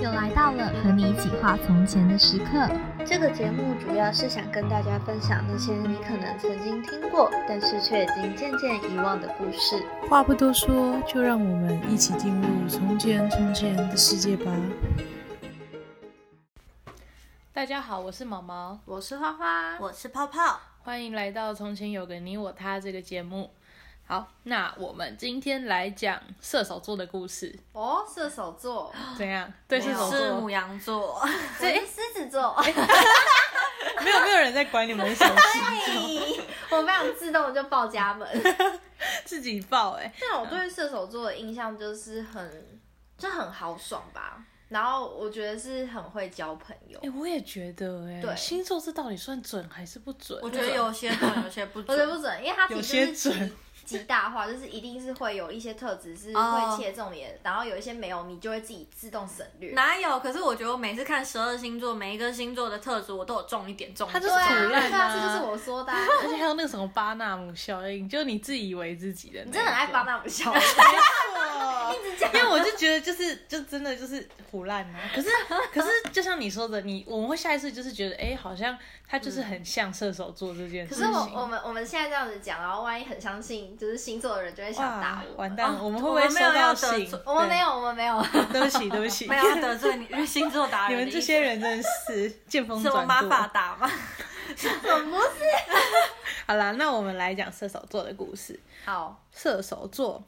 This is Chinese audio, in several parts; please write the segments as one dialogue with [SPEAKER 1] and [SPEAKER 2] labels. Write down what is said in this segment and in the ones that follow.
[SPEAKER 1] 来到了和你一起画从前的时刻。
[SPEAKER 2] 这个节目主要是想跟大家分享那些你可能曾经听过，但是却已经渐渐遗忘的故事。
[SPEAKER 3] 话不多说，就让我们一起进入从前从前的世界吧。
[SPEAKER 4] 大家好，我是毛毛，
[SPEAKER 5] 我是花花，
[SPEAKER 6] 我是泡泡，
[SPEAKER 4] 欢迎来到《从前有个你我他》这个节目。好，那我们今天来讲射手座的故事，
[SPEAKER 5] 哦，射手座，
[SPEAKER 4] 怎样？对射手
[SPEAKER 6] 是
[SPEAKER 4] 座
[SPEAKER 6] 母，羊座，
[SPEAKER 5] 这狮子座，
[SPEAKER 4] 没有没有人在管你们的手机，
[SPEAKER 5] 我非常自动就报家门。
[SPEAKER 4] 自己报哎、
[SPEAKER 5] 但我对射手座的印象就是很就很豪爽吧，然后我觉得是很会交朋友
[SPEAKER 4] 哎、，我也觉得哎、
[SPEAKER 5] 对
[SPEAKER 4] 星座这到底算准还是不准？
[SPEAKER 6] 我觉得有些 准，有些不
[SPEAKER 5] 我觉得
[SPEAKER 6] 准。
[SPEAKER 5] 不准，因为他
[SPEAKER 4] 有
[SPEAKER 5] 其
[SPEAKER 4] 些
[SPEAKER 5] 实就是
[SPEAKER 4] 准
[SPEAKER 5] 极 极大化，就是一定是会有一些特质是
[SPEAKER 6] 哦
[SPEAKER 5] 会切中你的，然后有一些没有，你就会自己自动省略。
[SPEAKER 6] 哪有？可是我觉得我每次看十二星座，每一个星座的特质我都有中一点中一
[SPEAKER 4] 他就是
[SPEAKER 6] 点。
[SPEAKER 5] 对啊，
[SPEAKER 4] 苦
[SPEAKER 5] 对
[SPEAKER 4] 烂
[SPEAKER 5] 啊，
[SPEAKER 4] 啊
[SPEAKER 5] 这就是我说的啊。
[SPEAKER 4] 而且还有那个什么巴纳姆效应，就你自以为自己的那一种，
[SPEAKER 5] 你真的很爱帮他们笑，
[SPEAKER 4] 因为我就觉得就是就真的就是胡乱啊。可是可是就像你说的，你我们会下意识就是觉得，哎、好像他就是很像射手座这件
[SPEAKER 5] 可
[SPEAKER 4] 事
[SPEAKER 5] 是
[SPEAKER 4] 情。
[SPEAKER 5] 我我们我们现在这样子讲，然后万一很相信就是星座的人，就会想打
[SPEAKER 4] 哇，
[SPEAKER 5] 我。
[SPEAKER 4] 完蛋了，
[SPEAKER 6] 哦
[SPEAKER 4] 我们会不会
[SPEAKER 6] 我们
[SPEAKER 4] 收
[SPEAKER 6] 没有
[SPEAKER 4] 到
[SPEAKER 6] 要得
[SPEAKER 4] 信
[SPEAKER 6] 罪？
[SPEAKER 5] 我
[SPEAKER 4] 对
[SPEAKER 5] 们没，有，我们没有。
[SPEAKER 4] 对不起，对不起
[SPEAKER 6] 没，有要啊得罪你，因为星座 达
[SPEAKER 4] 你
[SPEAKER 6] 人的意思。
[SPEAKER 4] 们这些人真的是见风
[SPEAKER 6] 什么
[SPEAKER 4] 转
[SPEAKER 6] 马法
[SPEAKER 4] 舵。
[SPEAKER 6] 打吗？
[SPEAKER 4] 好啦，那我们来讲射手座的故事。
[SPEAKER 5] 好，
[SPEAKER 4] 射手座，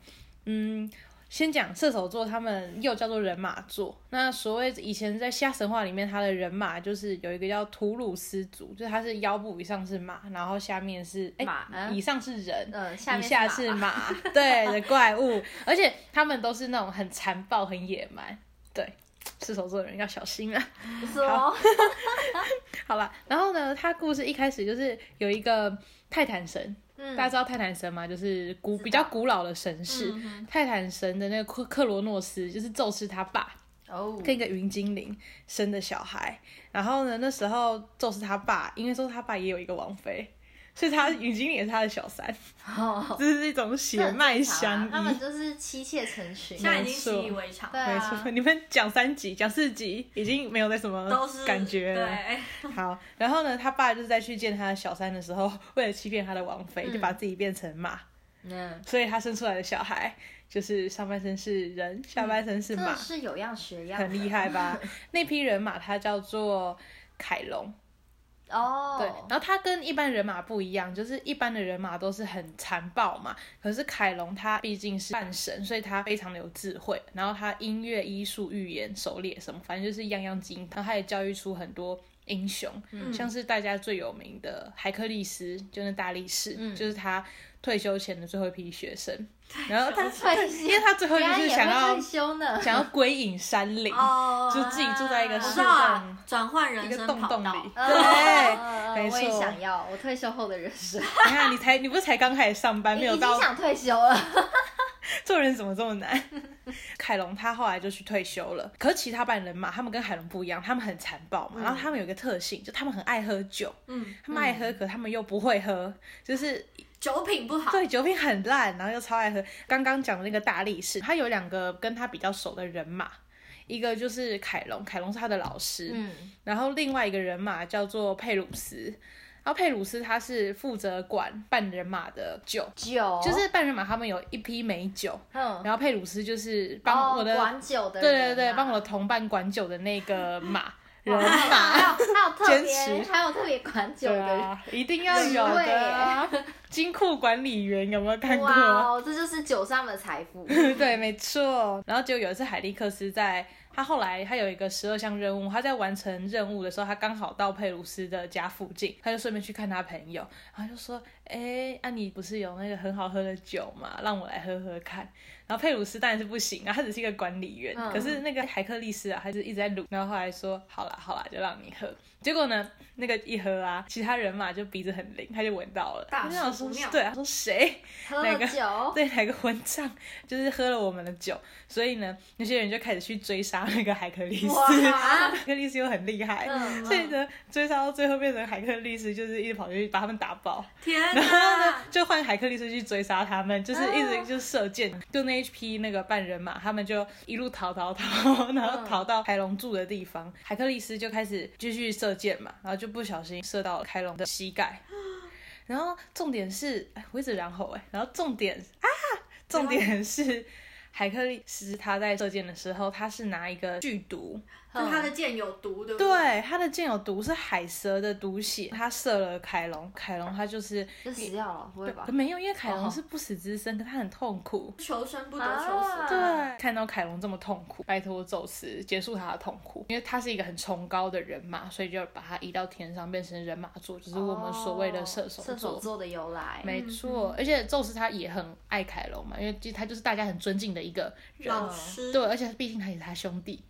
[SPEAKER 4] 嗯，先讲射手座，他们又叫做人马座。那所谓以前在希腊神话里面，他的人马就是有一个叫图鲁斯族，就是他是腰部以上是马，然后下面是哎、
[SPEAKER 5] 马嗯
[SPEAKER 4] 以上是人。
[SPEAKER 5] 嗯，下
[SPEAKER 4] 以
[SPEAKER 5] 面
[SPEAKER 4] 下是
[SPEAKER 5] 马吧
[SPEAKER 4] 马，对的怪物，而且他们都是那种很残暴、很野蛮，对，射手座的人要小心啊。
[SPEAKER 5] 不是哦，
[SPEAKER 4] 好了，然后呢，他故事一开始就是有一个泰坦神，
[SPEAKER 5] 嗯
[SPEAKER 4] 大家知道泰坦神吗？就是古
[SPEAKER 5] 道
[SPEAKER 4] 比较古老的神士，泰坦神的那个克克罗诺斯，就是宙斯他爸，
[SPEAKER 5] 哦，
[SPEAKER 4] 跟一个云精灵生的小孩。然后呢，那时候宙斯他爸，因为宙斯他爸也有一个王妃，所以他云精灵也是他的小三，
[SPEAKER 5] 哦
[SPEAKER 4] 这是一种血脉相
[SPEAKER 5] 他们
[SPEAKER 4] 依。
[SPEAKER 5] 就是妻妾成群，
[SPEAKER 6] 现在已经习以为常，
[SPEAKER 5] 对
[SPEAKER 4] 没
[SPEAKER 5] 啊
[SPEAKER 4] 错，，你们讲三集、讲四集，已经没有在什么
[SPEAKER 6] 都是
[SPEAKER 4] 感觉了。
[SPEAKER 6] 对，
[SPEAKER 4] 好，然后呢，他爸就是在去见他的小三的时候，为了欺骗他的王妃，就把自己变成马，
[SPEAKER 5] 嗯，
[SPEAKER 4] 所以他生出来的小孩就是上半身是人，下半身是
[SPEAKER 5] 嗯真
[SPEAKER 4] 马，
[SPEAKER 5] 的是有样学样，
[SPEAKER 4] 很厉害 吧？那批人马他叫做凯龙，
[SPEAKER 5] 哦。
[SPEAKER 4] 对，然后他跟一般人马不一样，就是一般的人马都是很残暴嘛，可是凯龙他毕竟是半神，所以他非常的有智慧，然后他音乐、医术、预言、狩猎什么，反正就是样样精通，然后他也教育出很多。英雄，
[SPEAKER 6] 嗯
[SPEAKER 4] 像是大家最有名的海克力斯，就是大力士，
[SPEAKER 6] 嗯
[SPEAKER 4] 就是他退休前的最后一批学 生。然后他，
[SPEAKER 5] 退休
[SPEAKER 4] 因为他最后就
[SPEAKER 5] 原来
[SPEAKER 4] 是
[SPEAKER 5] 也
[SPEAKER 4] 想
[SPEAKER 5] 会
[SPEAKER 4] 要
[SPEAKER 5] 退休呢，
[SPEAKER 4] 想要归隐山林，
[SPEAKER 6] 哦，
[SPEAKER 4] 就自己住在一个
[SPEAKER 6] 我
[SPEAKER 4] 树
[SPEAKER 6] 知道
[SPEAKER 4] 洞
[SPEAKER 6] 啊，转换人
[SPEAKER 4] 一个
[SPEAKER 6] 生
[SPEAKER 4] 洞
[SPEAKER 6] 跑
[SPEAKER 4] 洞
[SPEAKER 6] 道哦
[SPEAKER 4] 里。
[SPEAKER 5] 嗯
[SPEAKER 4] 对
[SPEAKER 5] 嗯嗯
[SPEAKER 4] 没错
[SPEAKER 5] 我也想要我退休后的人生，
[SPEAKER 4] 你看，你才你不是才刚开始上班，没有
[SPEAKER 5] 已
[SPEAKER 4] 到
[SPEAKER 5] 经想退休了，
[SPEAKER 4] 做人怎么这么难？ 凯龙他后来就去退休了，可是其他半人马他们跟凯龙不一样，他们很残暴嘛，然后他们有一个特性，就他们很爱喝酒，
[SPEAKER 6] 嗯，
[SPEAKER 4] 他们爱喝，可他们又不会喝，就是
[SPEAKER 6] 酒品不好，
[SPEAKER 4] 对酒品很烂，然后又超爱喝。刚刚讲的那个大力士，他有两个跟他比较熟的人马，一个就是凯龙，凯龙是他的老师，
[SPEAKER 5] 嗯，
[SPEAKER 4] 然后另外一个人马叫做佩鲁斯，然后佩鲁斯他是负责管半人马的酒。
[SPEAKER 5] 酒
[SPEAKER 4] 就是半人马，他们有一批美酒，
[SPEAKER 5] 嗯，
[SPEAKER 4] 然后佩鲁斯就是帮我的，
[SPEAKER 5] 哦管酒的
[SPEAKER 4] 对
[SPEAKER 5] 人啊，
[SPEAKER 4] 对对，帮我的同伴管酒的那个马人
[SPEAKER 5] 还
[SPEAKER 4] 马，
[SPEAKER 5] 有还有特别
[SPEAKER 4] 坚持
[SPEAKER 5] 还有特别管酒
[SPEAKER 4] 对
[SPEAKER 5] 的人，
[SPEAKER 4] 啊，一定要有
[SPEAKER 5] 对
[SPEAKER 4] 的啊
[SPEAKER 5] 耶。
[SPEAKER 4] 金库管理员有没有看
[SPEAKER 5] 哇
[SPEAKER 4] 过？
[SPEAKER 5] 哦，这就是酒商的财富。
[SPEAKER 4] 对，没错。然后就有一次，海利克斯在他后来他有一个十二项任务，他在完成任务的时候，他刚好到佩鲁斯的家附近，他就顺便去看他朋友，然后就说：“哎，啊你不是有那个很好喝的酒嘛，让我来喝喝看。”然后佩鲁斯当然是不行啊，他只是一个管理员。
[SPEAKER 5] 嗯
[SPEAKER 4] 可是那个海克力斯啊，他就一直在撸，然后后来说好啦好啦，就让你喝。结果呢，那个一喝啊，其他人嘛就鼻子很灵，他就闻到了，
[SPEAKER 6] 大
[SPEAKER 4] 他就想
[SPEAKER 6] 事
[SPEAKER 4] 说
[SPEAKER 6] 不妙
[SPEAKER 4] 对啊，他说谁
[SPEAKER 5] 喝
[SPEAKER 4] 哪
[SPEAKER 5] 了
[SPEAKER 4] 个
[SPEAKER 5] 酒，
[SPEAKER 4] 对哪个混账，就是喝了我们的酒，所以呢，那些人就开始去追杀杀那个海克力斯，
[SPEAKER 5] 哇
[SPEAKER 4] 海克力斯又很厉害，
[SPEAKER 5] 嗯
[SPEAKER 4] 所以呢，追杀到最后变成海克力斯就是一直跑去把他们打爆，
[SPEAKER 6] 天
[SPEAKER 4] 然后呢
[SPEAKER 6] 哪！
[SPEAKER 4] 就换海克力斯去追杀他们，就是一直就射箭，就那一批那个半人马，他们就一路逃逃逃，然后逃到开龙住的地方，海克力斯就开始继续射箭嘛，然后就不小心射到了开龙的膝盖，然后重点是，哎，我一直然后哎，然后重点啊，重点是。海克力斯他在射箭的时候，他是拿一个剧毒，
[SPEAKER 6] 就他的剑有毒，对不对？
[SPEAKER 4] 对，他的箭有毒，是海蛇的毒血，他射了凯龙，凯龙他就是
[SPEAKER 5] 就死掉了，不会吧？
[SPEAKER 4] 没有，因为凯龙是不死之身，可他很痛苦。
[SPEAKER 6] 求生不得，求死不得。
[SPEAKER 5] 啊
[SPEAKER 4] 对，看到凯龙这么痛苦，拜托宙斯结束他的痛苦，因为他是一个很崇高的人嘛，所以就把他移到天上，变成人马座，就是我们所谓的射手
[SPEAKER 5] 哦嗯射手座嗯的由来，
[SPEAKER 4] 没错，而且宙斯他也很爱凯龙嘛，因为就他就是大家很尊敬的一个人，
[SPEAKER 6] 老
[SPEAKER 5] 嗯
[SPEAKER 6] 师，哦
[SPEAKER 4] 对，而且毕竟他也是他兄弟，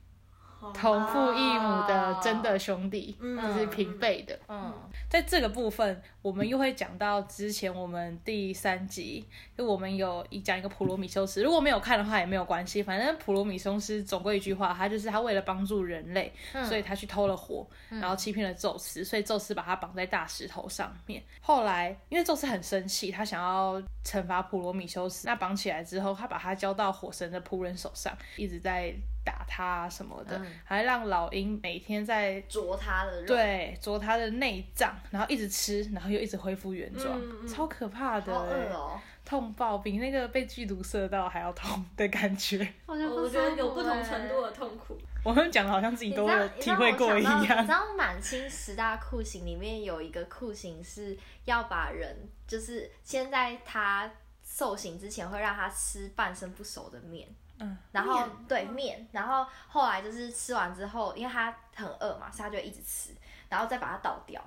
[SPEAKER 5] 哦
[SPEAKER 4] 同父异母的真的兄弟，
[SPEAKER 6] 嗯
[SPEAKER 4] 就是平辈的。嗯，在这个部分，我们又会讲到之前我们第三集，就我们有一讲一个普罗米修斯，如果没有看的话也没有关系，反正普罗米修斯总归一句话，他就是他为了帮助人类，所以他去偷了火，然后欺骗了宙斯，所以宙斯把他绑在大石头上面。后来因为宙斯很生气，他想要惩罚普罗米修斯，那绑起来之后，他把他交到火神的仆人手上，一直在打他啊什么的，还让老鹰每天在
[SPEAKER 5] 啄他的肉，，
[SPEAKER 4] 对啄他的内脏，然后一直吃，然后又一直恢复原状，
[SPEAKER 6] 嗯嗯
[SPEAKER 4] 超可怕的、欸
[SPEAKER 5] 好饿哦，
[SPEAKER 4] 痛爆，比那个被剧毒射到还要痛的感觉。
[SPEAKER 5] 我
[SPEAKER 6] 我觉得有不同程度的痛苦。
[SPEAKER 4] 我们讲的好像自己
[SPEAKER 5] 你
[SPEAKER 4] 都
[SPEAKER 5] 知道
[SPEAKER 4] 有体会过一
[SPEAKER 5] 你知
[SPEAKER 4] 样。
[SPEAKER 5] 道满清十大酷刑里面有一个酷刑是要把人，就是先在他受刑之前会让他吃半生不熟的面。
[SPEAKER 4] 嗯，
[SPEAKER 5] 然后
[SPEAKER 6] 面
[SPEAKER 5] 对面，然后后来就是吃完之后，因为他很饿嘛，所以他就一直吃，然后再把它倒掉，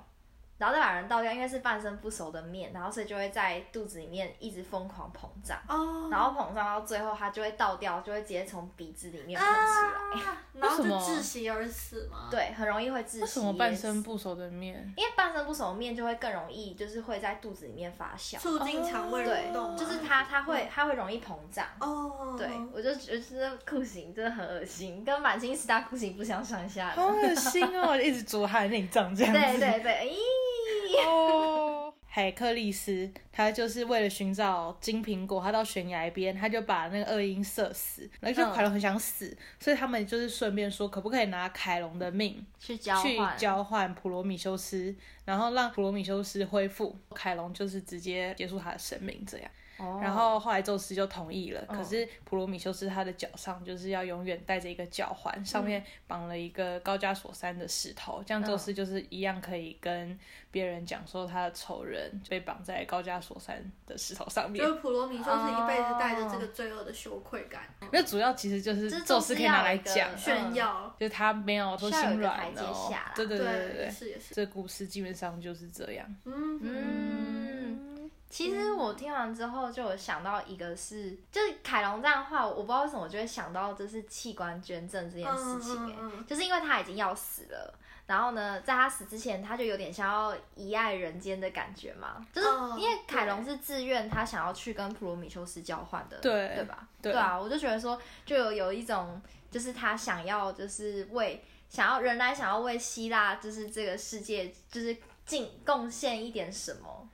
[SPEAKER 5] 然后再把人倒掉，因为是半生不熟的面，然后所以就会在肚子里面一直疯狂膨胀，
[SPEAKER 6] 哦，
[SPEAKER 5] 然后膨胀到最后它就会倒掉，就会直接从鼻子里面喷出来，
[SPEAKER 6] 啊，然后
[SPEAKER 4] 为什
[SPEAKER 6] 就
[SPEAKER 4] 么
[SPEAKER 6] 窒息而死吗？，
[SPEAKER 5] 对，很容易会窒 息。
[SPEAKER 4] 为什么半生？不熟的面？
[SPEAKER 5] 因为半生不熟的面就会更容易，就是会在肚子里面发酵，
[SPEAKER 6] 促进肠胃
[SPEAKER 5] 对
[SPEAKER 6] 蠕动，吗，嗯
[SPEAKER 5] 就是它它会它会容易膨胀。
[SPEAKER 6] 哦，
[SPEAKER 5] 对，我就觉得这酷刑真的很恶心，跟满清十大酷刑不相上下的
[SPEAKER 4] 好。恶心哦！ 一直啄他的内脏
[SPEAKER 6] 嗯
[SPEAKER 4] 这样子。
[SPEAKER 5] 对对对，咦，
[SPEAKER 4] 哦，海克力斯他就是为了寻找金苹果，他到悬崖边，他就把那个恶鹰射死。然
[SPEAKER 5] 嗯
[SPEAKER 4] 后就凯龙很想死，所以他们就是顺便说，可不可以拿凯龙的命
[SPEAKER 5] 去交
[SPEAKER 4] 去
[SPEAKER 5] 换，
[SPEAKER 4] 交换普罗米修斯，然后让普罗米修斯恢复，凯龙就是直接结束他的生命这样。
[SPEAKER 5] 哦
[SPEAKER 4] 然后后来宙斯就同意了，可是普罗米修斯他的脚上就是要永远带着一个脚环，
[SPEAKER 5] 嗯
[SPEAKER 4] 上面绑了一个高加索山的石头，这样宙斯就是一样可以跟别人讲说他的仇人被绑在高加索山的石头上面
[SPEAKER 6] 就。是普罗米修斯一辈子带着这个罪恶的羞愧感
[SPEAKER 4] 那主要其实就是
[SPEAKER 5] 这
[SPEAKER 4] 宙斯可以拿来
[SPEAKER 5] 宙斯要有一
[SPEAKER 4] 讲
[SPEAKER 5] 个，
[SPEAKER 6] 炫耀，
[SPEAKER 4] 就是他没有说心
[SPEAKER 5] 需要有一个
[SPEAKER 4] 软
[SPEAKER 5] 台阶
[SPEAKER 4] 哦
[SPEAKER 5] 下啦。
[SPEAKER 4] 对对对对
[SPEAKER 6] 也
[SPEAKER 4] 对，
[SPEAKER 6] 是也是，
[SPEAKER 4] 这故事基本上就是这样。
[SPEAKER 6] 嗯
[SPEAKER 5] 嗯，其实我听完之后就有想到一个是，就是凯龙这样的话，我不知道为什么我就会想到就是器官捐赠这件事情、欸，
[SPEAKER 6] 嗯嗯嗯
[SPEAKER 5] 就是因为他已经要死了。然后呢，在他死之前，他就有点想要遗爱人间的感觉嘛，就是
[SPEAKER 6] 哦
[SPEAKER 5] 因为凯龙是自愿他想要去跟普罗米修斯交换的，
[SPEAKER 4] 对
[SPEAKER 5] 对吧？
[SPEAKER 4] 对
[SPEAKER 5] 啊，我就觉得说，就有有一种就是他想要就是为想要仍然想要为希腊就是这个世界就是尽贡献一点什么，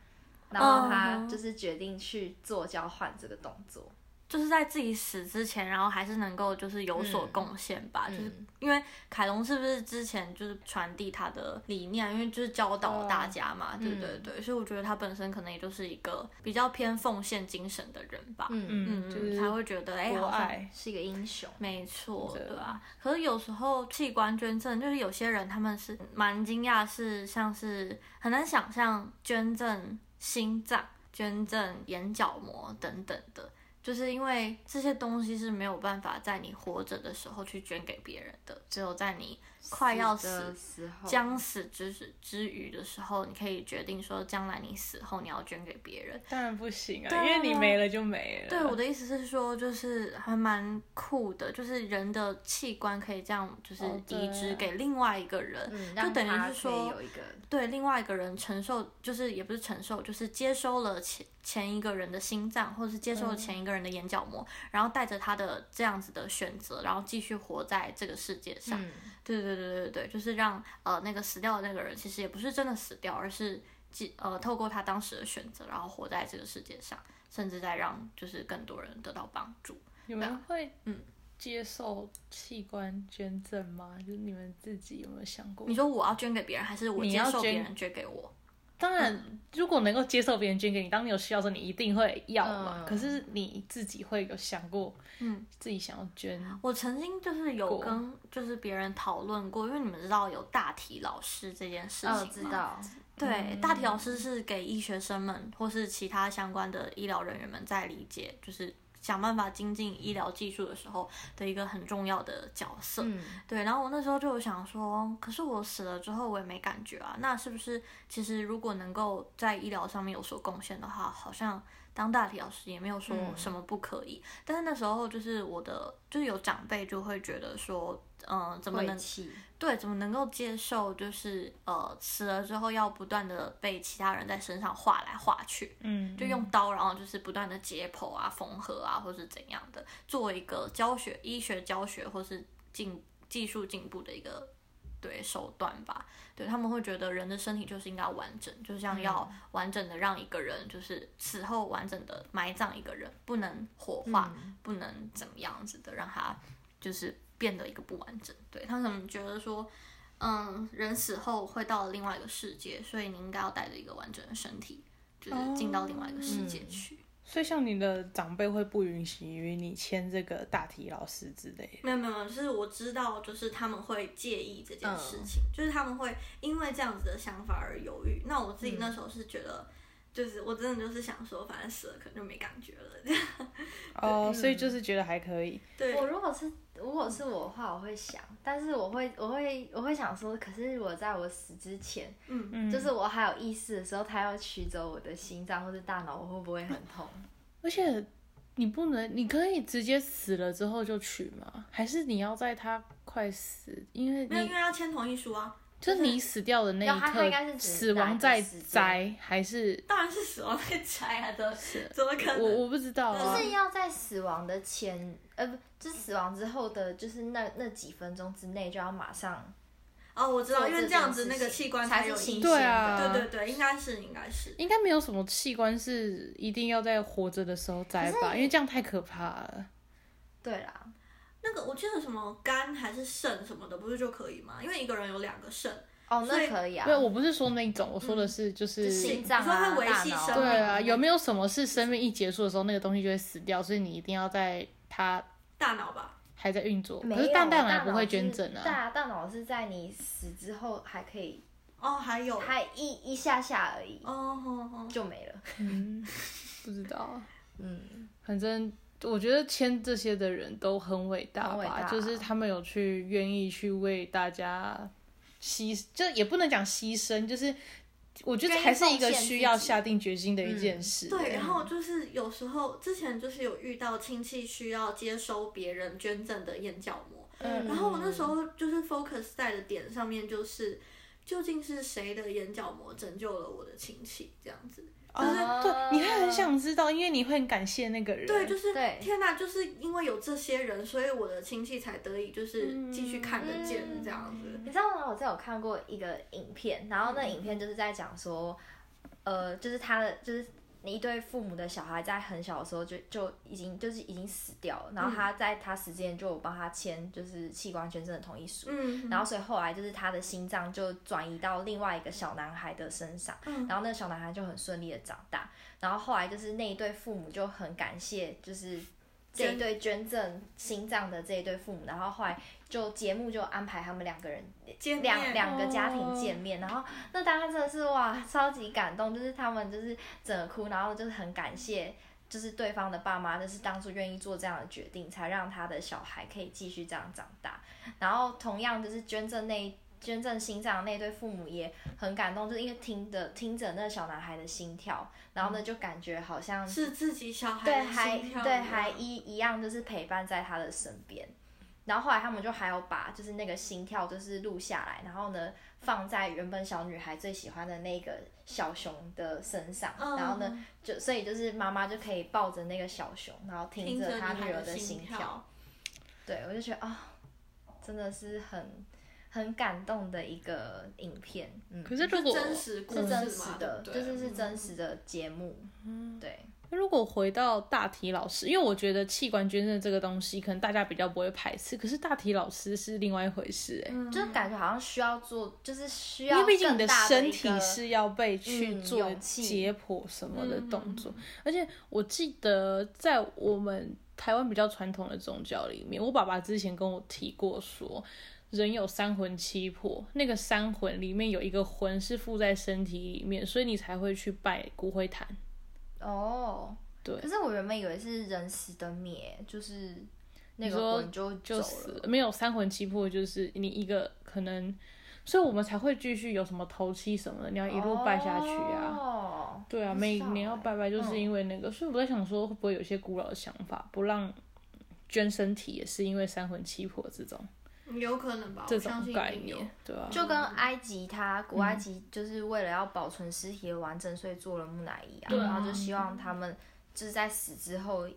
[SPEAKER 5] 然后他
[SPEAKER 6] 嗯
[SPEAKER 5] 就是决定去做交换这个动作，
[SPEAKER 6] 就是在自己死之前，然后还是能够就是有
[SPEAKER 4] 嗯
[SPEAKER 6] 所贡献吧，就是因为凯龙是不是之前就是传递他的理念，因为就是教导
[SPEAKER 4] 嗯
[SPEAKER 6] 大家嘛，对对对，所以我觉得他本身可能也就是一个比较偏奉献精神的人吧，嗯
[SPEAKER 5] 嗯，
[SPEAKER 4] 嗯，就是
[SPEAKER 6] 才会觉得哎、
[SPEAKER 4] 博
[SPEAKER 6] 好像
[SPEAKER 4] 爱。
[SPEAKER 5] 是一个英雄，
[SPEAKER 6] 没错，
[SPEAKER 4] 真的
[SPEAKER 6] 对啊。可是有时候器官捐赠，就是有些人他们是嗯蛮惊讶，是像是很难想象捐赠心脏、捐赠眼角膜等等的，就是因为这些东西是没有办法在你活着的时候去捐给别人的，只有在你快要
[SPEAKER 5] 的
[SPEAKER 6] 死。
[SPEAKER 5] 时候，
[SPEAKER 6] 将死之时之余的时候，你可以决定说，将来你死后你要捐给别人。
[SPEAKER 4] 当然不行
[SPEAKER 6] 对
[SPEAKER 4] 啊，
[SPEAKER 6] 啊
[SPEAKER 4] 因为你没了就没了。
[SPEAKER 6] 对，我的意思是说，就是还蛮酷的，就是人的器官可以这样，就是
[SPEAKER 4] 哦对
[SPEAKER 6] 移植给另外一个人，就
[SPEAKER 5] 嗯，让
[SPEAKER 6] 等于
[SPEAKER 5] 他
[SPEAKER 6] 是
[SPEAKER 5] 可以
[SPEAKER 6] 说
[SPEAKER 5] 有，一个
[SPEAKER 6] 对另外一个人
[SPEAKER 4] 嗯
[SPEAKER 6] 承受，就是也不是承受，就是接收了前前一个人的心脏，或是接收了前一个人的眼角膜，然后带着他的这样子的选择，然后继续活在这个世界上。
[SPEAKER 4] 嗯，
[SPEAKER 6] 对对对对对，就是让呃那个死掉的那个人，其实也不是真的死掉，而是继呃透过他当时的选择，然后活在这个世界上，甚至在让就是更多人得到帮助。
[SPEAKER 4] 你们会
[SPEAKER 6] 嗯
[SPEAKER 4] 接受器官捐赠吗？就是你们自己有没有想过？
[SPEAKER 6] 你说我要捐给别人，还是我
[SPEAKER 4] 你
[SPEAKER 6] 接
[SPEAKER 4] 要
[SPEAKER 6] 受别
[SPEAKER 4] 捐嗯
[SPEAKER 6] 人捐给我？
[SPEAKER 4] 当
[SPEAKER 6] 嗯
[SPEAKER 4] 然，如果能够接受别人捐给你，当你有需要的时候，你一定会要嘛。
[SPEAKER 5] 嗯
[SPEAKER 4] 可是你自己会有想过
[SPEAKER 6] 嗯，
[SPEAKER 4] 自己想要捐？
[SPEAKER 6] 我曾经就是有
[SPEAKER 4] 过
[SPEAKER 6] 跟就是别人讨论过，因为你们知道有大体老师这件事情吗？
[SPEAKER 5] 哦，知道，嗯
[SPEAKER 6] 对，大体老师是给医学生们或是其他相关的医疗人员们在理解，就是想办法精进医疗技术的时候的一个很重要的角色。
[SPEAKER 5] 嗯，
[SPEAKER 6] 对，然后我那时候就有想说，可是我死了之后我也没感觉啊，那是不是其实如果能够在医疗上面有所贡献的话，好像当大体老师也没有说
[SPEAKER 5] 嗯
[SPEAKER 6] 什么不可以。但是那时候就是我的，就是有长辈就会觉得说，嗯、怎么能
[SPEAKER 5] 晦气，
[SPEAKER 6] 对，怎么能够接受？就是呃，死了之后要不断的被其他人在身上划来划去，
[SPEAKER 4] 嗯，
[SPEAKER 6] 就用刀，然后就是不断的解剖啊、缝合啊，或是怎样的，做一个教学、医学教学或是进技术进步的一个对手段吧。对他们会觉得人的身体就是应该完整，就像要完整的让一个人，就是死后完整的埋葬一个人，不能火化，不能怎么样子的让他就是变得一个不完整。对他可能觉得说，嗯，人死后会到另外一个世界，所以你应该要带着一个完整的身体，就是进到另外一个世界去。
[SPEAKER 4] 所以像你的长辈会不允许于你签这个大体老师之类的。
[SPEAKER 6] 没有没有没有，就是我知道，就是他们会介意这件事情，就是他们会因为这样子的想法而犹豫。那我自己那时候是觉得，就是我真的就是想说，反正死了可能就没感觉了。
[SPEAKER 4] 哦，所
[SPEAKER 6] 嗯
[SPEAKER 4] 以就是觉得还可以。
[SPEAKER 6] 对，
[SPEAKER 5] 我如果是如果是我的话，我会想，但是我会我会我会想说，可是我在我死之前，
[SPEAKER 6] 嗯，
[SPEAKER 4] 嗯，
[SPEAKER 5] 就是我还有意识的时候，他要取走我的心脏或者大脑，我会不会很痛？
[SPEAKER 4] 而且你不能，你可以直接死了之后就取吗？还是你要在他快死，因为
[SPEAKER 6] 没有，
[SPEAKER 4] 你
[SPEAKER 6] 因为要签同意书啊，
[SPEAKER 4] 就是你死掉的那
[SPEAKER 5] 要
[SPEAKER 4] 一
[SPEAKER 5] 他他应该是
[SPEAKER 4] 刻，
[SPEAKER 5] 指
[SPEAKER 4] 死亡在
[SPEAKER 5] 哪一个时间
[SPEAKER 4] 摘还是
[SPEAKER 6] 当然是死亡在摘啊，怎么怎么可能？
[SPEAKER 4] 我我不知道
[SPEAKER 5] 就
[SPEAKER 4] 啊。
[SPEAKER 5] 是要在死亡的前，呃，不，就是死亡之后的，就是那那几分钟之内就要马上
[SPEAKER 6] 哦，我知道，
[SPEAKER 5] 做
[SPEAKER 6] 因为
[SPEAKER 5] 这
[SPEAKER 6] 这样
[SPEAKER 5] 件
[SPEAKER 6] 子
[SPEAKER 5] 事
[SPEAKER 6] 那个
[SPEAKER 5] 情
[SPEAKER 6] 器官
[SPEAKER 5] 才
[SPEAKER 6] 才
[SPEAKER 5] 是
[SPEAKER 6] 有
[SPEAKER 5] 新
[SPEAKER 6] 意
[SPEAKER 5] 鲜
[SPEAKER 6] 义。
[SPEAKER 4] 对啊
[SPEAKER 5] 的嗯
[SPEAKER 6] 对对对，应该是应该是。
[SPEAKER 4] 应该没有什么器官是一定要在活着的时候摘吧，因为这样太可怕了。
[SPEAKER 5] 对啦，
[SPEAKER 6] 那个我记得什么肝还是肾什么的，不是就可以吗？因为一个人有两个肾，
[SPEAKER 5] 哦，
[SPEAKER 6] 所以
[SPEAKER 5] 那可以啊
[SPEAKER 4] 对，，我不是说那种，我说的是就是。
[SPEAKER 5] 嗯心脏啊，
[SPEAKER 6] 你说会维
[SPEAKER 5] 大
[SPEAKER 6] 系
[SPEAKER 5] 脑
[SPEAKER 6] 生命
[SPEAKER 4] 对啊，有没有什么是生命一结束的时候，那个东西就会死掉，所以你一定要在它
[SPEAKER 6] 大脑吧？
[SPEAKER 4] 还在运作？
[SPEAKER 5] 没
[SPEAKER 4] 可
[SPEAKER 5] 有，
[SPEAKER 4] 是
[SPEAKER 5] 大
[SPEAKER 4] 蛋蛋奶
[SPEAKER 5] 脑
[SPEAKER 4] 不会
[SPEAKER 5] 是
[SPEAKER 4] 捐赠
[SPEAKER 5] 对
[SPEAKER 4] 啊。
[SPEAKER 5] 啊，大脑是在你死之后还可以，
[SPEAKER 6] 哦，还有
[SPEAKER 5] 还一一下下而已，
[SPEAKER 6] 哦吼吼，
[SPEAKER 5] 就没了。
[SPEAKER 4] 嗯，不知道啊。
[SPEAKER 5] 嗯，
[SPEAKER 4] 反正我觉得签这些的人都很伟大吧，
[SPEAKER 5] 很伟大
[SPEAKER 4] 就是他们有去愿意去为大家牺，就也不能讲牺牲，就是我觉得
[SPEAKER 6] 愿意
[SPEAKER 4] 还是一个
[SPEAKER 6] 奉献
[SPEAKER 4] 需要
[SPEAKER 6] 自己
[SPEAKER 4] 下定决心的一件事、
[SPEAKER 6] 对，然后就是有时候之前就是有遇到亲戚需要接收别人捐赠的眼角膜，
[SPEAKER 4] 嗯
[SPEAKER 6] 然后我那时候就是 focus 在的点上面就是。究竟是谁的眼角膜拯救了我的亲戚？这样子，
[SPEAKER 4] 啊，对，你会很想知道，因为你会很感谢那个人。
[SPEAKER 6] 对，就是
[SPEAKER 5] 对
[SPEAKER 6] 天哪，就是因为有这些人，所以我的亲戚才得以
[SPEAKER 4] 嗯
[SPEAKER 6] 就是继续看得见
[SPEAKER 5] 嗯
[SPEAKER 6] 这样子。
[SPEAKER 5] 你知道吗？我在有看过一个影片，然后那影片就是在讲说，呃，就是他的就是。一对父母的小孩在很小的时候就就已经就是已经死掉了，然后他在他死之前就有帮他签就是器官捐赠的同意书，
[SPEAKER 6] 嗯，
[SPEAKER 5] 然后所以后来就是他的心脏就转移到另外一个小男孩的身上，
[SPEAKER 6] 嗯
[SPEAKER 5] 然后那个小男孩就很顺利的长大，然后后来就是那一对父母就很感谢就是。这一对捐赠心脏的这一对父母，然后后来就节目就安排他们两个人
[SPEAKER 6] 见面哦
[SPEAKER 5] 两两个家庭见面，然后那大家真的是哇，超级感动，就是他们就是整个哭，然后就是很感谢，就是对方的爸妈，就是当初愿意做这样的决定，才让他的小孩可以继续这样长大。然后同样就是捐赠那一捐赠心脏的那对父母也很感动，就是因为听着听着那小男孩的心跳，然后呢就感觉好像
[SPEAKER 6] 嗯是自己小
[SPEAKER 5] 对
[SPEAKER 6] 孩的
[SPEAKER 5] 还
[SPEAKER 6] 心跳啊
[SPEAKER 5] 对
[SPEAKER 6] 吗
[SPEAKER 5] 还一一样，就是陪伴在他的身边。然后后来他们就还有把就是那个心跳就是录下来，然后呢放在原本小女孩最喜欢的那个小熊的身上，
[SPEAKER 6] 嗯
[SPEAKER 5] 然后呢就所以就是妈妈就可以抱着那个小熊，然后听
[SPEAKER 6] 听着
[SPEAKER 5] 着她
[SPEAKER 6] 女
[SPEAKER 5] 女
[SPEAKER 6] 孩
[SPEAKER 5] 儿
[SPEAKER 6] 的
[SPEAKER 5] 心
[SPEAKER 6] 心
[SPEAKER 5] 跳。
[SPEAKER 6] 跳，
[SPEAKER 5] 对我就觉得啊、真的是很很感动的一个影片，嗯，
[SPEAKER 4] 可是如果
[SPEAKER 6] 真实故
[SPEAKER 5] 是
[SPEAKER 6] 事
[SPEAKER 5] 真实
[SPEAKER 6] 嘛
[SPEAKER 5] 的，
[SPEAKER 6] 对不
[SPEAKER 5] 就
[SPEAKER 6] 对嗯
[SPEAKER 5] 是是真实的节目，嗯，对，
[SPEAKER 4] 如果回到大体老师，因为我觉得器官捐赠这个东西，可能大家比较不会排斥，可是大体老师是另外一回事哎、
[SPEAKER 6] 嗯
[SPEAKER 5] 就是感觉好像需要做，就是需
[SPEAKER 4] 因
[SPEAKER 5] 要
[SPEAKER 4] 为毕竟你
[SPEAKER 5] 更大的
[SPEAKER 4] 身
[SPEAKER 5] 一
[SPEAKER 4] 体
[SPEAKER 5] 个
[SPEAKER 4] 是要被去
[SPEAKER 5] 嗯
[SPEAKER 4] 做
[SPEAKER 5] 勇气
[SPEAKER 4] 解剖什么的动作
[SPEAKER 6] 嗯，
[SPEAKER 4] 而且我记得在我们台湾比较传统的宗教里面，我爸爸之前跟我提过说，人有三魂七魄，那个三魂里面有一个魂是附在身体里面，所以你才会去拜骨灰坛。
[SPEAKER 5] 哦，
[SPEAKER 4] 对
[SPEAKER 5] 可是我原本以为是人死的灭，就是那
[SPEAKER 4] 你说
[SPEAKER 5] 个魂就走
[SPEAKER 4] 就
[SPEAKER 5] 了，
[SPEAKER 4] 死了，没有三魂七魄，就是你一个可能，所以我们才会继续有什么头七什么的，你要一路拜下去啊。
[SPEAKER 5] 哦，
[SPEAKER 4] 对啊，
[SPEAKER 5] 不
[SPEAKER 4] 每
[SPEAKER 5] 知道
[SPEAKER 4] 年
[SPEAKER 6] 哎
[SPEAKER 4] 要
[SPEAKER 5] 欸
[SPEAKER 4] 拜拜就是
[SPEAKER 5] 嗯
[SPEAKER 4] 因为那个，所以我在想说，会不会有些古老的想法不让捐身体，也是因为三魂七魄这种
[SPEAKER 6] 嗯有可能吧，
[SPEAKER 4] 这
[SPEAKER 6] 哦我相
[SPEAKER 4] 种
[SPEAKER 6] 信
[SPEAKER 4] 概
[SPEAKER 6] 一定有
[SPEAKER 4] 念。，对啊，
[SPEAKER 5] 就跟埃及它，古
[SPEAKER 4] 嗯
[SPEAKER 5] 埃及就是为了要保存尸体的完整，所以做了木乃伊啊，
[SPEAKER 6] 对啊
[SPEAKER 5] 然后就希
[SPEAKER 4] 嗯
[SPEAKER 5] 望他们就是在死之后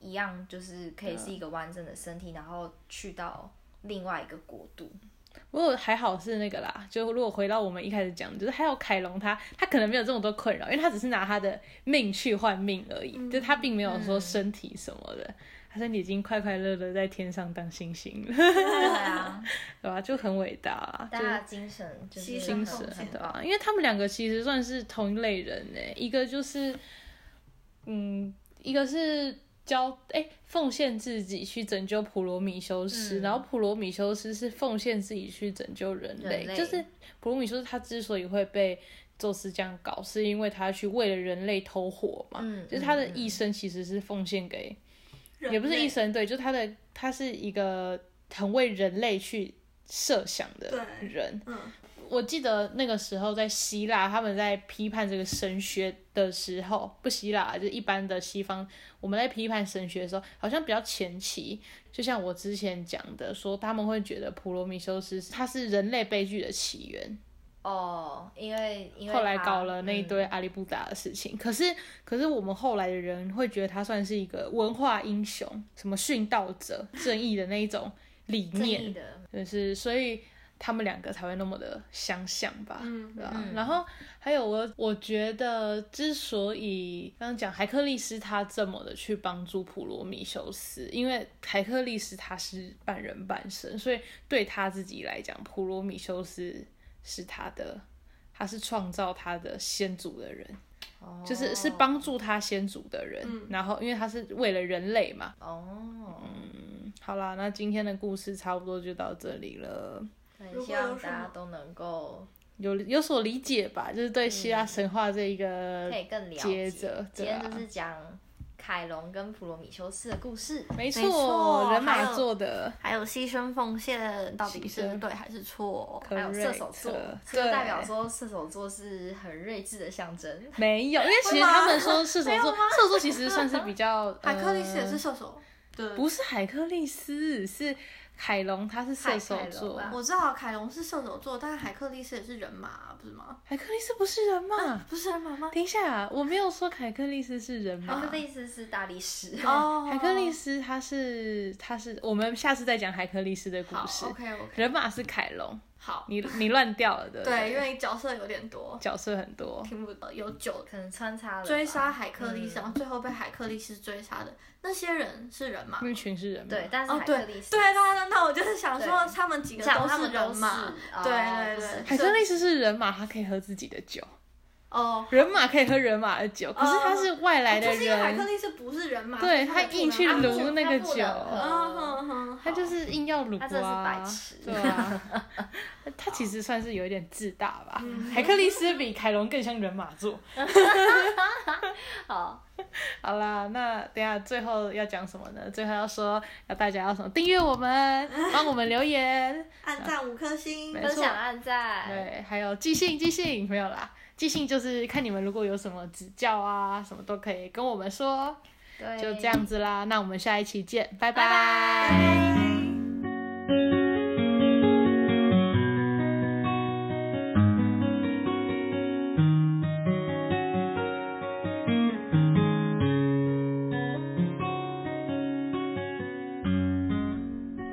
[SPEAKER 5] 一样，就是可
[SPEAKER 4] 啊
[SPEAKER 5] 以是一个完整的身体，然后去到另外一个国度。
[SPEAKER 4] 不过还好是那个啦，就如果回到我们一开始讲的，就是还有凯龙他他可能没有这么多困扰，因为他只是拿他的命去换命而已，
[SPEAKER 6] 嗯
[SPEAKER 4] 就他并没有说身体什么的，他身体已经快快乐乐在天上当星星了，
[SPEAKER 5] 对啊，
[SPEAKER 4] 对吧、就很伟大啊，
[SPEAKER 5] 大
[SPEAKER 4] 就
[SPEAKER 5] 家
[SPEAKER 4] 是
[SPEAKER 5] 的精神就是
[SPEAKER 6] 牺牲
[SPEAKER 4] 精
[SPEAKER 5] 很
[SPEAKER 4] 神
[SPEAKER 5] 很
[SPEAKER 4] 对
[SPEAKER 5] 棒
[SPEAKER 4] 啊，因为他们两个其实算是同一类人呢、一个就是嗯，一个是。交哎、奉献自己去拯救普罗米修斯，
[SPEAKER 5] 嗯
[SPEAKER 4] 然后普罗米修斯是奉献自己去拯救人类，
[SPEAKER 5] 人类
[SPEAKER 4] 就是普罗米修斯他之所以会被宙斯这样搞，是因为他去为了人类偷火嘛，
[SPEAKER 5] 嗯
[SPEAKER 4] 就是他的
[SPEAKER 5] 嗯嗯
[SPEAKER 4] 一生其实是奉献给，
[SPEAKER 6] 人
[SPEAKER 4] 也不是
[SPEAKER 6] 类
[SPEAKER 4] 一生，对，就他的他是一个很为人类去设想的
[SPEAKER 6] 对
[SPEAKER 4] 人。
[SPEAKER 6] 嗯，
[SPEAKER 4] 我记得那个时候在希腊，他们在批判这个神学的时候，不希腊啊就一般的西方，我们在批判神学的时候，好像比较前期。就像我之前讲的，说他们会觉得普罗米修斯他是人类悲剧的起源，
[SPEAKER 5] 哦，因为因为
[SPEAKER 4] 后来
[SPEAKER 5] 他嗯
[SPEAKER 4] 搞了那一堆阿里不达的事情。可是，可是我们后来的人会觉得他算是一个文化英雄，什么殉道者、正义的那一种理
[SPEAKER 5] 嗯正义
[SPEAKER 4] 念，
[SPEAKER 5] 的，
[SPEAKER 4] 就是所以他们两个才会那么的相像吧，
[SPEAKER 6] 嗯
[SPEAKER 4] 对吧、啊
[SPEAKER 5] 嗯
[SPEAKER 4] 然后还有我，我觉得之所以刚刚讲海嗯克力斯他这么的去帮助普罗米修斯，因为海克力斯他是半人半神，所以对他自己来讲，普罗米修斯是他的。他是创造他的先祖的人，
[SPEAKER 5] 哦
[SPEAKER 4] 就是是帮助他先祖的人。
[SPEAKER 6] 嗯
[SPEAKER 4] 然后，因为他是为了人类嘛，
[SPEAKER 5] 哦，
[SPEAKER 4] 好啦，那今天的故事差不多就到这里了。
[SPEAKER 5] 很
[SPEAKER 6] 如
[SPEAKER 5] 希
[SPEAKER 6] 果有
[SPEAKER 5] 望
[SPEAKER 6] 什
[SPEAKER 5] 大家
[SPEAKER 6] 么
[SPEAKER 5] 都能够
[SPEAKER 4] 有有所理解吧，就是
[SPEAKER 6] 嗯
[SPEAKER 4] 对希腊神话这一个
[SPEAKER 5] 可以更了
[SPEAKER 4] 接
[SPEAKER 5] 解。
[SPEAKER 4] 着，对
[SPEAKER 5] 今天
[SPEAKER 4] 啊，
[SPEAKER 5] 就是讲凯龙跟普罗米修斯的故事。
[SPEAKER 4] 没
[SPEAKER 6] 没
[SPEAKER 4] 错，
[SPEAKER 6] 错
[SPEAKER 4] 人
[SPEAKER 6] 还
[SPEAKER 4] 马
[SPEAKER 6] 有
[SPEAKER 4] 座的，
[SPEAKER 6] 还有牺牲奉献到底
[SPEAKER 4] 牺
[SPEAKER 6] 是
[SPEAKER 4] 牲
[SPEAKER 6] 对还是错？
[SPEAKER 4] 可
[SPEAKER 5] 还有射手座，这
[SPEAKER 4] 对，
[SPEAKER 5] 就代表说射手座是很睿智的象征。
[SPEAKER 4] 没有，因为其实他们说射 手座，射手座其实算是比较，
[SPEAKER 6] 海克力斯也
[SPEAKER 4] 呃
[SPEAKER 6] 是射手，对，
[SPEAKER 4] 不是海克力斯，是凯龙，他是射手
[SPEAKER 5] 海凯龙
[SPEAKER 4] 座，
[SPEAKER 5] 啊
[SPEAKER 6] 我知道凯龙是射手座，但是海克力斯也是人马，不是吗？
[SPEAKER 4] 海克力斯不是人嘛？
[SPEAKER 6] 不是人马吗？
[SPEAKER 4] 等一下，啊我没有说凯克力斯是人
[SPEAKER 5] 他
[SPEAKER 4] 嘛
[SPEAKER 5] 们。的意思是大力士。
[SPEAKER 6] 哦，
[SPEAKER 4] 海克力斯他是他是，我们下次再讲海克力斯的故
[SPEAKER 6] 好
[SPEAKER 4] 事。
[SPEAKER 6] ，OK OK，
[SPEAKER 4] 人马是凯龙，
[SPEAKER 6] 好，
[SPEAKER 4] 你你乱掉了，对不
[SPEAKER 6] 对，因为角色有点多，
[SPEAKER 4] 角色很多，
[SPEAKER 6] 听不懂，有九
[SPEAKER 5] 可能穿插了吧
[SPEAKER 6] 追杀海克力斯，
[SPEAKER 5] 嗯
[SPEAKER 6] 然后最后被海克力斯追杀的那些人是人马。
[SPEAKER 4] 那群是人吗
[SPEAKER 5] 对，，但是
[SPEAKER 6] 哦，
[SPEAKER 5] 海克
[SPEAKER 6] 对，
[SPEAKER 5] 力士，
[SPEAKER 6] 对，那那那我就是想说，
[SPEAKER 5] 对
[SPEAKER 6] 他们几个
[SPEAKER 5] 讲
[SPEAKER 6] 都
[SPEAKER 5] 他们
[SPEAKER 6] 是
[SPEAKER 5] 都
[SPEAKER 6] 人
[SPEAKER 5] 是
[SPEAKER 6] 马，
[SPEAKER 5] 哦
[SPEAKER 6] 对对
[SPEAKER 5] 不是
[SPEAKER 6] 对，
[SPEAKER 4] 海克力斯是人马，他可以喝自己的酒，
[SPEAKER 6] 哦，
[SPEAKER 4] 人马可以喝人马的酒，可是他是
[SPEAKER 5] 哦
[SPEAKER 4] 外来的
[SPEAKER 6] 就是因为海克
[SPEAKER 4] 人，
[SPEAKER 6] 力斯不是人马，
[SPEAKER 4] 对
[SPEAKER 6] 所以
[SPEAKER 4] 他硬去
[SPEAKER 6] 不能
[SPEAKER 5] 他
[SPEAKER 6] 啊
[SPEAKER 5] 不
[SPEAKER 4] 撸
[SPEAKER 5] 能
[SPEAKER 4] 那个酒
[SPEAKER 5] 他不能喝
[SPEAKER 6] 嗯哼哼，
[SPEAKER 4] 他就是是硬要撸
[SPEAKER 5] 他真的是白
[SPEAKER 4] 啊，
[SPEAKER 5] 痴
[SPEAKER 4] 对啊， 他其实算是有一点自大吧
[SPEAKER 6] 嗯。
[SPEAKER 4] 海克力斯比凯龙更像人马 座。
[SPEAKER 5] 好，
[SPEAKER 4] 好啦，那等一下最后要讲什么呢？最后要说要大家要什么？订阅我们，帮我们留言，
[SPEAKER 6] 按赞五颗星，
[SPEAKER 4] 没
[SPEAKER 5] 分
[SPEAKER 4] 错
[SPEAKER 5] 享按赞，
[SPEAKER 4] 对，还有寄信，寄信没有啦。寄信就是看你们如果有什么指教啊，什么都可以跟我们说。
[SPEAKER 5] 对，
[SPEAKER 4] 就这样子啦，那我们下一期见，拜
[SPEAKER 5] 拜拜。